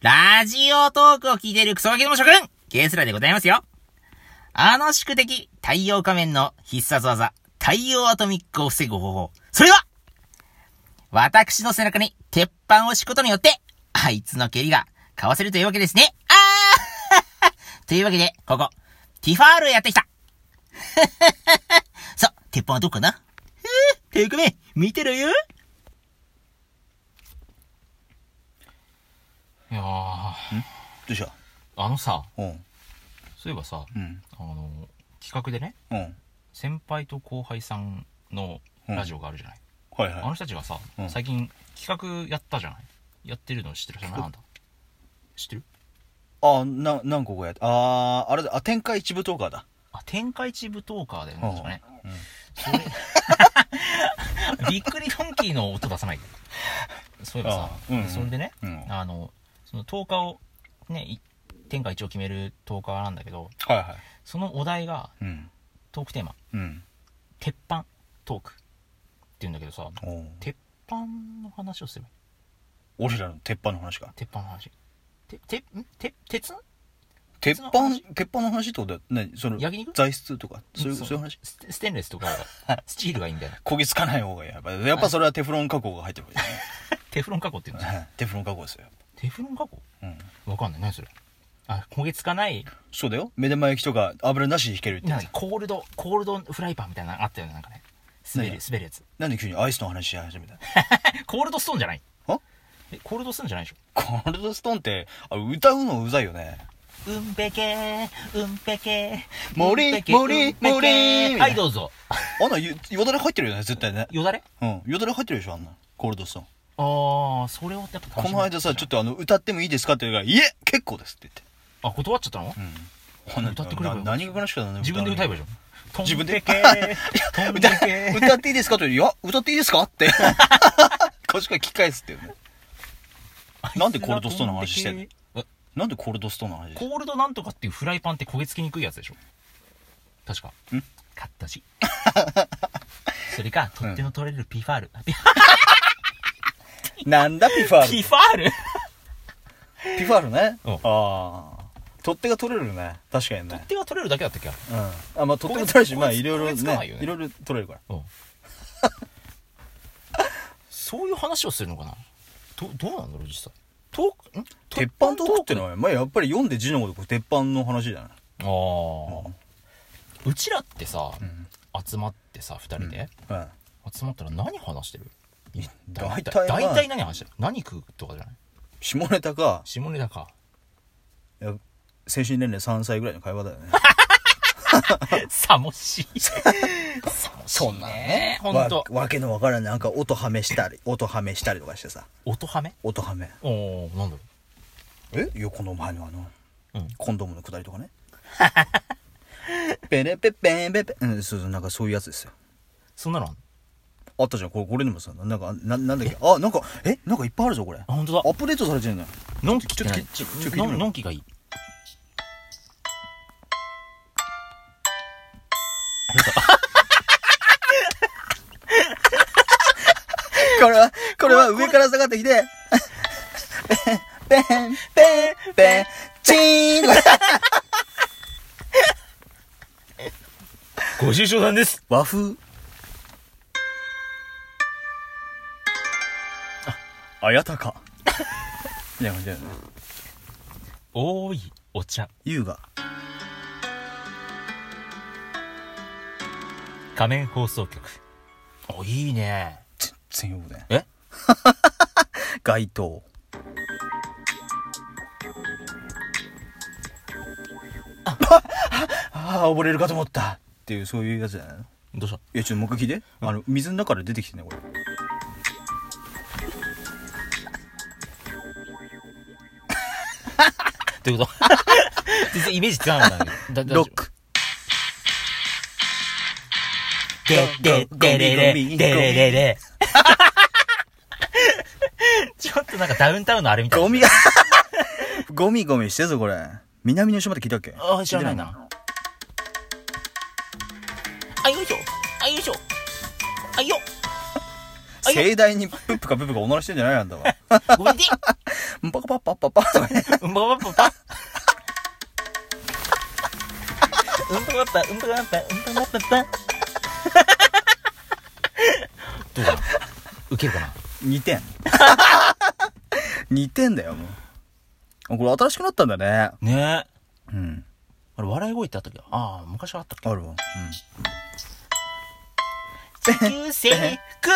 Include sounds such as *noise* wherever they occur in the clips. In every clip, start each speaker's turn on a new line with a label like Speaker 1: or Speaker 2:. Speaker 1: ラジオトークを聞いているクソガキども諸君ゲスラでございますよあの宿敵、太陽仮面の必殺技、太陽アトミックを防ぐ方法。それは私の背中に鉄板を敷くことによって、あいつの蹴りがかわせるというわけですね。あーというわけで、ここ、ティファールへやってきた。 *laughs* さあ、鉄板はどこかなふぅ、手組め、見てるよ
Speaker 2: いやーあ
Speaker 3: どうした
Speaker 2: のさ
Speaker 3: うん。
Speaker 2: そういえばさ
Speaker 3: うん。
Speaker 2: あの企画でね
Speaker 3: うん。
Speaker 2: 先輩と後輩さんのラジオがあるじゃない、
Speaker 3: はい
Speaker 2: あ
Speaker 3: は
Speaker 2: の
Speaker 3: い。
Speaker 2: 人たちがさ、
Speaker 3: うん
Speaker 2: 最近企画やったじゃないやってるの知ってるじゃないあ
Speaker 3: 企画
Speaker 2: んた知ってる
Speaker 3: あ、な、何個かやった。あー、あれだ、あ、天下一部トーカーだ。
Speaker 2: あ天下一舞踏家だよね
Speaker 3: うん
Speaker 2: 確かね、それびっくりドンキーの音出さないでそういえばさ
Speaker 3: あ、うんうん
Speaker 2: それでね、
Speaker 3: うん
Speaker 2: あのその10日をねい天下一を決める10日なんだけど
Speaker 3: はいは
Speaker 2: そのお題が
Speaker 3: い。うん。
Speaker 2: トークテーマ
Speaker 3: うん。
Speaker 2: 「鉄板トーク」っていうんだけどさ
Speaker 3: おう
Speaker 2: 鉄板の話をすればいい
Speaker 3: 俺らの鉄板の話か。
Speaker 2: 鉄板の話ててんて鉄
Speaker 3: 鉄
Speaker 2: の
Speaker 3: 板
Speaker 2: 話、
Speaker 3: 鉄板の話ってことだよ。何その、
Speaker 2: 焼肉
Speaker 3: 材質とか、そういう、
Speaker 2: ん
Speaker 3: そういう話
Speaker 2: ステステンレスとかがスチールがいいんだよ
Speaker 3: 焦げつかない方がやっぱやっぱそれはテフロン加工が入ってるわけです
Speaker 2: テフロン加工っていうんですか
Speaker 3: ね *laughs* はい。テフロン加工ですよ。
Speaker 2: テフロン加工
Speaker 3: うん。
Speaker 2: わかんない何それあ焦げつかない
Speaker 3: そうだよ。目玉焼きとか油なしで引けるってや
Speaker 2: なん
Speaker 3: つ
Speaker 2: か。コールドコールドフライパンみたいなのあったよねなんかね滑る
Speaker 3: 何
Speaker 2: 滑るやつ
Speaker 3: なんで急にアイスの話し始めた
Speaker 2: コールドストーンじゃない
Speaker 3: あ
Speaker 2: えコールドストーンじゃないでしょ
Speaker 3: コールドストーンって、あ歌うのうざいよね。
Speaker 2: うんぺけーうんぺけー
Speaker 3: 森
Speaker 2: うんぺけ
Speaker 3: 森
Speaker 2: うんぺけー
Speaker 3: 森
Speaker 2: はいどうぞ
Speaker 3: あんなよよだれ入ってるよね、絶対ね。
Speaker 2: よだれ
Speaker 3: うん。よだれ入ってるでしょ、あんな。コールドストーン。
Speaker 2: ああそれをやっぱ
Speaker 3: この間さ、ちょっとあの、歌ってもいいですかって言うから、いえ結構ですって
Speaker 2: とあ断っちゃったの
Speaker 3: 言って。うん。
Speaker 2: 歌ってくればよ
Speaker 3: な何が悲しかったんだ
Speaker 2: 自分で歌えばいいじゃん
Speaker 3: 自分で
Speaker 2: 飛んでけー飛んでけー
Speaker 3: *laughs* 歌歌っていいですかと言うよ、いや、歌っていいですか
Speaker 2: *laughs*
Speaker 3: って。こっちから聞き返すっていうね。なんでコールドストーンの話してんの
Speaker 2: え
Speaker 3: なんでコールドストーンの話してんの
Speaker 2: コールドなんとかっていうフライパンって焦げつきにくいやつでしょ確か。
Speaker 3: ん
Speaker 2: 買ったし。 *laughs* それか、取っ手の取れるピファール。ピ
Speaker 3: なんだピファール
Speaker 2: ファール
Speaker 3: ピファールね。
Speaker 2: うん
Speaker 3: ああ。取っ手が取れるね。確かに
Speaker 2: 取っ
Speaker 3: ね。
Speaker 2: 手が取れるだけだったっけあれ
Speaker 3: うん。あ、まあ取っ手も取れるし、
Speaker 2: こいつ
Speaker 3: まあいろいろ
Speaker 2: こいつこいつかない
Speaker 3: ね
Speaker 2: よ、ね
Speaker 3: いろいろ取れるから。
Speaker 2: うん。そういう話をするのかなど、どうなんだろう、実際。トーク、ん
Speaker 3: 鉄板トークっての
Speaker 2: は
Speaker 3: は、まあやっぱり読んで字のごとく鉄板の話じゃない
Speaker 2: ああ、うちらってさ、
Speaker 3: ん
Speaker 2: 集まってさ、二人で、
Speaker 3: うん。
Speaker 2: 集まったら何話してる
Speaker 3: 大体
Speaker 2: 大
Speaker 3: まあ
Speaker 2: 体何話してる何食うとかじゃない
Speaker 3: 下ネタか、
Speaker 2: 下ネタか
Speaker 3: いや精神年齢3歳ぐらいの会話だよね。
Speaker 2: さもしいさもしい
Speaker 3: そんなのね
Speaker 2: ほん
Speaker 3: わ
Speaker 2: と
Speaker 3: わけのわからんなんか音はめしたり、音はめしたりとかしてさ。
Speaker 2: 音ハメ
Speaker 3: 音はめ。
Speaker 2: おおなんだろ
Speaker 3: えいや、この前のあの、
Speaker 2: ううん
Speaker 3: コンドームのくだりとかね。ペレペペンペペうん、そうそう、なんかそういうやつですよ。
Speaker 2: そんなのあんの
Speaker 3: あったじゃん、これ、これでもさ、なんか、な、なんだっけ、あ、なんか、えなんかいっぱいあるぞ、これ。
Speaker 2: あ
Speaker 3: ア
Speaker 2: 本当だ
Speaker 3: ップデートされてるのよ。
Speaker 2: のんきってない
Speaker 3: ちょち
Speaker 2: の
Speaker 3: ょちょ聞いてみ
Speaker 2: ん
Speaker 3: ろ
Speaker 2: のんきがいいありがとう
Speaker 3: これは、これは上から下がってきて、ペン、ペン、ペン、ペン、チーンとか
Speaker 2: ご愁傷さんです
Speaker 3: 和風。あ、あやたか。いや、みたいな。
Speaker 2: 多いお茶
Speaker 3: 優雅。
Speaker 2: 仮面放送局おいいね
Speaker 3: 全然呼ぶね。
Speaker 2: え
Speaker 3: *laughs* 街灯。 *laughs* あ、あ、溺れるかと思った。っていう、そういうやつじゃないの
Speaker 2: どうした
Speaker 3: いや、ちょっともう一回聞いて。あの、水の中から出てきてね、これ。
Speaker 2: ど *laughs* ういうこと全然イメージつかなかったんだ *laughs* けどだだ
Speaker 3: ロック。
Speaker 2: で、で、でれれ、でれれ *laughs* れ。ちょっとなんかダウンタウンのあれみたいな。
Speaker 3: ゴミが、 *laughs* ゴミゴミしてぞ、これ。南の島って聞いたっけ
Speaker 2: あ、知らないな。。あ、よいしょ。あ、よいしょ。あ、よ。
Speaker 3: *laughs* 盛大にプップかプップかおならしてんじゃないあんだわ。
Speaker 2: ごめんね。
Speaker 3: バカパッパッパッパッとかね。
Speaker 2: うんばばばば。うんばばった、うんばばった、うんばばった。
Speaker 1: どうかな受けるかな
Speaker 3: 2点。2点だよ、もう。あ、これ新しくなったんだね。
Speaker 2: ねえ。
Speaker 3: うん。
Speaker 2: あれ、笑い声ってあったっけああ、昔はあったっけ
Speaker 3: あるわ。
Speaker 2: 地球制服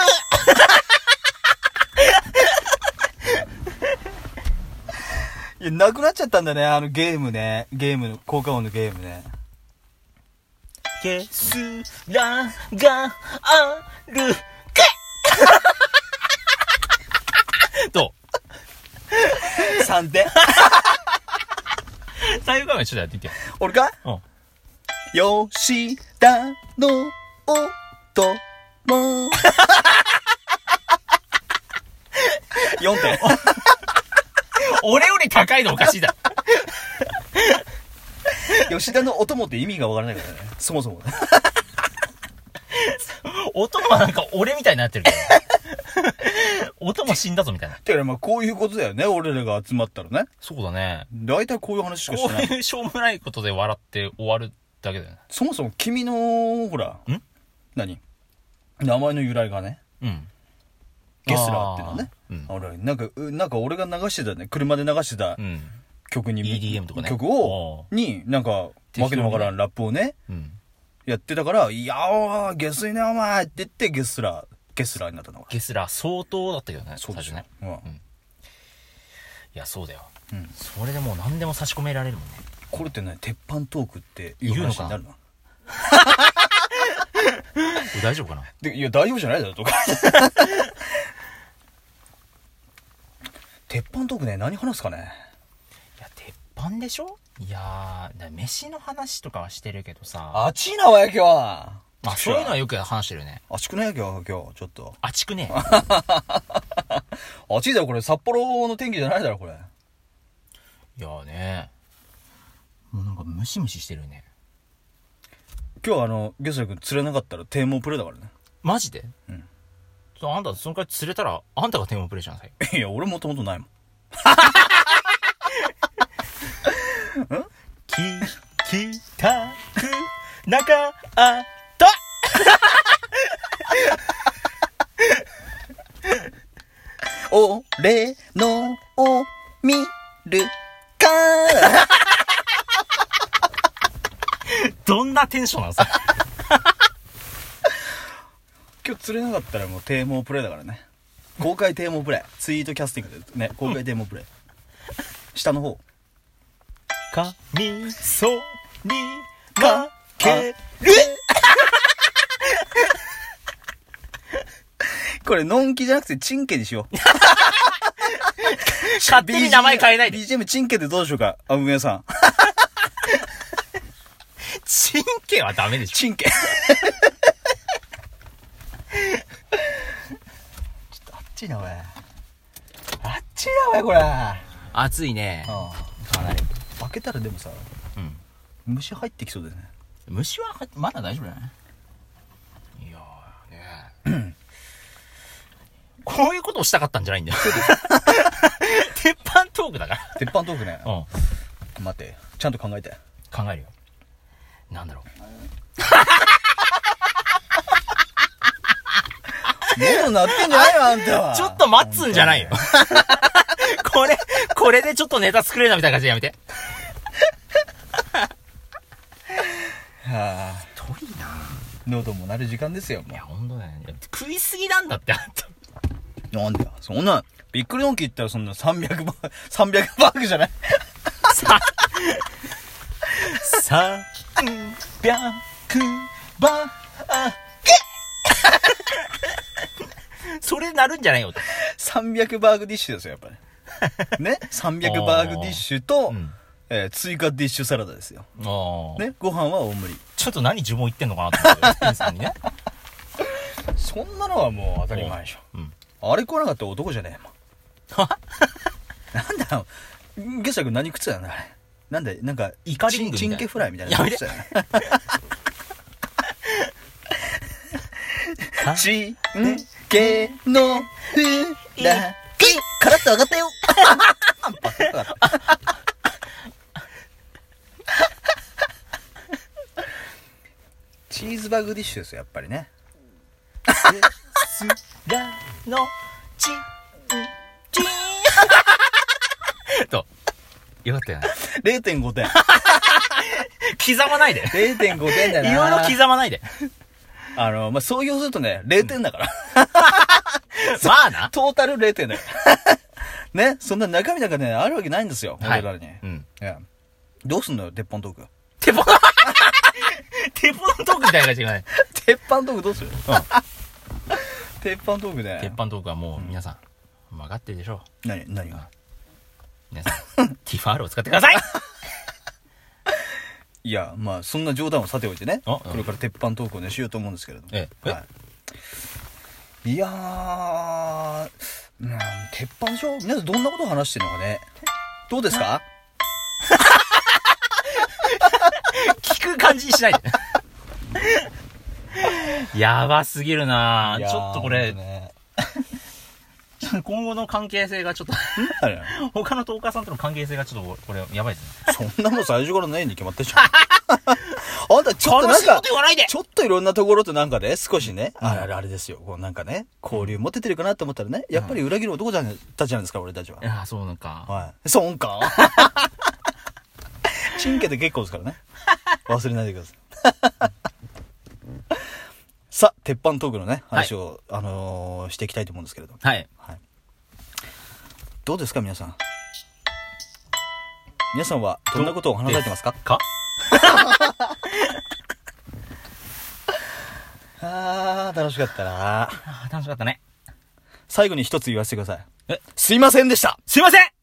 Speaker 3: うん。いや、なくなっちゃったんだね、あのゲームね。ゲームの、効果音のゲームね。
Speaker 2: ゲスラがあるかど
Speaker 3: 3点。
Speaker 2: *laughs* う太陽画面ちょっとやってみてよ。
Speaker 3: *laughs* 俺か
Speaker 2: うん。
Speaker 3: 吉田の音 *laughs* も。4点。
Speaker 2: 俺より高いのおかしいだろ。
Speaker 3: 吉田の音もって意味がわからないからね。そもそもね。
Speaker 2: *laughs* 音もなんか俺みたいになってるけど。音も死んだ *laughs* ぞみたいな。
Speaker 3: てかね、まあこういうことだよね。俺らが集まったらね。
Speaker 2: そうだね。
Speaker 3: 大体こういう話しかし
Speaker 2: こ
Speaker 3: てな
Speaker 2: う
Speaker 3: い。
Speaker 2: いうしょうもないことで笑って終わるだけだよね。
Speaker 3: そもそも君の、ほら。
Speaker 2: ん
Speaker 3: 何名前の由来がね。
Speaker 2: うん。
Speaker 3: ゲスラーってのはね。
Speaker 2: あーうん
Speaker 3: あれ、なんか、うなんか俺が流してたね。車で流してた
Speaker 2: うん。
Speaker 3: 曲に、
Speaker 2: EDM とかね
Speaker 3: 曲を
Speaker 2: お、
Speaker 3: に、なんか、わけ
Speaker 2: 適当にね
Speaker 3: のわからんラップをね、
Speaker 2: うん。
Speaker 3: やってたから、いやー、ゲスいね、お前って言って、ゲスラー、ゲスラーになったのが。
Speaker 2: ゲスラー相当だったけどね。
Speaker 3: そうです
Speaker 2: 最
Speaker 3: ね
Speaker 2: 初。
Speaker 3: うん
Speaker 2: んいや、そうだよ。
Speaker 3: うん
Speaker 2: それでもう何でも差し込められるもんね。
Speaker 3: これってね、鉄板トークってい
Speaker 2: 言
Speaker 3: う
Speaker 2: うの
Speaker 3: 話
Speaker 2: か
Speaker 3: になるの
Speaker 2: これ大丈夫かな
Speaker 3: で、いや、大丈夫じゃないだろ、とか。鉄板トークね、何話すかね。
Speaker 2: いや、鉄板でしょいやー、だ飯の話とかはしてるけどさ。
Speaker 3: 暑いな、わや、今日は。
Speaker 2: まあ、そういうのはよく話してるよね。
Speaker 3: 暑くない今日、今日、ちょっと。
Speaker 2: あちくね。 *laughs*
Speaker 3: 暑いだろ、これ。札幌の天気じゃないだろ、これ。
Speaker 2: いやーね。もうなんかムシムシしてるよね。
Speaker 3: 今日、あの、ゲスラ君釣れなかったら、低毛プレーだからね。
Speaker 2: マジで
Speaker 3: うん
Speaker 2: ちょあんた、そのくらい釣れたら、あんたがテーマプレイじゃん、最後。
Speaker 3: いや、俺もともとないもん。
Speaker 2: き、きたく、なか、あ、と
Speaker 3: 俺のを見るか
Speaker 2: どんなテンションなの *laughs* さ。
Speaker 3: 今日釣れなかったらもう低毛プレイだからね。公開低毛プレイ。ツイートキャスティングでね、公開低毛プレイ。下の方。
Speaker 2: か、み、そ、に、
Speaker 3: か
Speaker 2: か、
Speaker 3: け
Speaker 2: け、
Speaker 3: これ、のんきじゃなくて、チンケにしよう。
Speaker 2: *laughs* 勝手に名前変えないで。
Speaker 3: BGM チンケでどうでしょうかあ、皆さん。
Speaker 2: 神経はダメでしょ。
Speaker 3: *laughs* チンケ。ちょ *laughs* っとあっちいな、おい。あっちいな、おい、これ。
Speaker 2: 暑いね。かなり。
Speaker 3: 開けたらでもさ、
Speaker 2: うん。
Speaker 3: 虫入ってきそうだよね。
Speaker 2: 虫は入っまだ大丈夫だねいやーねこういうことをしたかったんじゃないんだよ *laughs* 鉄板トークだから
Speaker 3: 鉄板トークね。
Speaker 2: うん
Speaker 3: 待って、ちゃんと考えて。
Speaker 2: 考えるよなんだろう
Speaker 3: 喉なってんじゃな
Speaker 2: *laughs*
Speaker 3: いよ、あんたは。
Speaker 2: ちょっと待つんじゃないよ *laughs* これこれでちょっとネタ作れるなみたいな感じでやめて
Speaker 3: はあ
Speaker 2: 遠いな
Speaker 3: 喉もなる時間ですよ、
Speaker 2: い
Speaker 3: も
Speaker 2: や本当だよね食いすぎなんだってあんた *laughs*
Speaker 3: う。なんだよ。そんな、びっくりドンキー行ったらそんな300バー、300バーグじゃない
Speaker 2: ささ
Speaker 3: ビャンクバ
Speaker 2: それなるんじゃないよって
Speaker 3: 300バーグディッシュですよ、やっぱり。 *laughs* ね ?300 バーグディッシュと、
Speaker 2: ん
Speaker 3: えー追加ディッシュサラダですよ。
Speaker 2: ああ、
Speaker 3: ねご飯は大盛り。
Speaker 2: ちょっと何呪文言ってんのかなと思って店員さんにね
Speaker 3: そんなのはもう当たり前でしょ。
Speaker 2: うん
Speaker 3: あれ来なかったら男じゃねえもん。
Speaker 2: は
Speaker 3: なんだよ。ゲスラ君何食ってたんだあれ。なんだなんか、
Speaker 2: イカリングみた
Speaker 3: チ
Speaker 2: い
Speaker 3: ン
Speaker 2: な
Speaker 3: チンケフライみたいな
Speaker 2: やめて
Speaker 3: 食ってたよねチンケのフライ。カラッと上がったよ。 *laughs* ズバーグディッシュですよ、やっぱりね。
Speaker 2: すらのちんちんと、よかったよね。
Speaker 3: 0.5点。
Speaker 2: 刻まないで。
Speaker 3: 0.5点だ
Speaker 2: い
Speaker 3: *laughs* な。
Speaker 2: ろいろ刻まないで。
Speaker 3: あの、まあ、総評するとね、0点だから。
Speaker 2: まあな。
Speaker 3: トータル0点だよ。 *laughs* ね、そんな中身なんかね、あるわけないんですよ、
Speaker 2: はい
Speaker 3: 俺らに。
Speaker 2: うん
Speaker 3: ええどうすんのよ、鉄板トーク。
Speaker 2: テポ、テポのトークみたいな感じがない。
Speaker 3: 鉄板トークどうする、 *laughs* 鉄板トークで。
Speaker 2: *laughs* 鉄板トークはもう皆さん、分かってるでしょ
Speaker 3: 何、何が
Speaker 2: う。皆さん、ティファールを使ってください
Speaker 3: いや、まあ、そんな冗談をさておいてね、
Speaker 2: あ
Speaker 3: これから鉄板トークをね、しようと思うんですけれども。
Speaker 2: ええ
Speaker 3: はい、いやー、うん、鉄板でしょ皆さんどんなことを話してるのかね。どうですか
Speaker 2: *laughs* 聞く感じにしないで。 *laughs* やばすぎるないぁ
Speaker 3: やー
Speaker 2: ちょっとこ
Speaker 3: ほん
Speaker 2: れ、
Speaker 3: ね、
Speaker 2: 今後の関係性がちょっと、 *laughs*
Speaker 3: あれ
Speaker 2: 他のトーカーさんとの関係性がちょっとこれ、やばいですね。
Speaker 3: そんなもん最初からないに決まってるじゃ *laughs* ん。あんたちょっとなん
Speaker 2: 楽しいこ
Speaker 3: か
Speaker 2: と、言わないで
Speaker 3: ちょっといろんなところとなんかね、少しね、あれあれあれですよ、こうなんかね、交流持ててるかなと思ったらね、やっぱり裏切る男じゃんたちなんですから、俺たちは。
Speaker 2: ああ、そうなんか。
Speaker 3: はい。損 *laughs* かチンケで結構ですから *laughs* ね。忘れないでください。さあ、鉄板トークのね、話を、あのーしていきたいと思うんですけれど。
Speaker 2: はい。
Speaker 3: はい。どうですか、皆さん。皆さんは、どんなことを話されてますか
Speaker 2: か
Speaker 3: あー、楽しかったな
Speaker 2: あー楽しかったね。
Speaker 3: 最後に一つ言わせてください。
Speaker 2: え
Speaker 3: すいませんでした
Speaker 2: すいません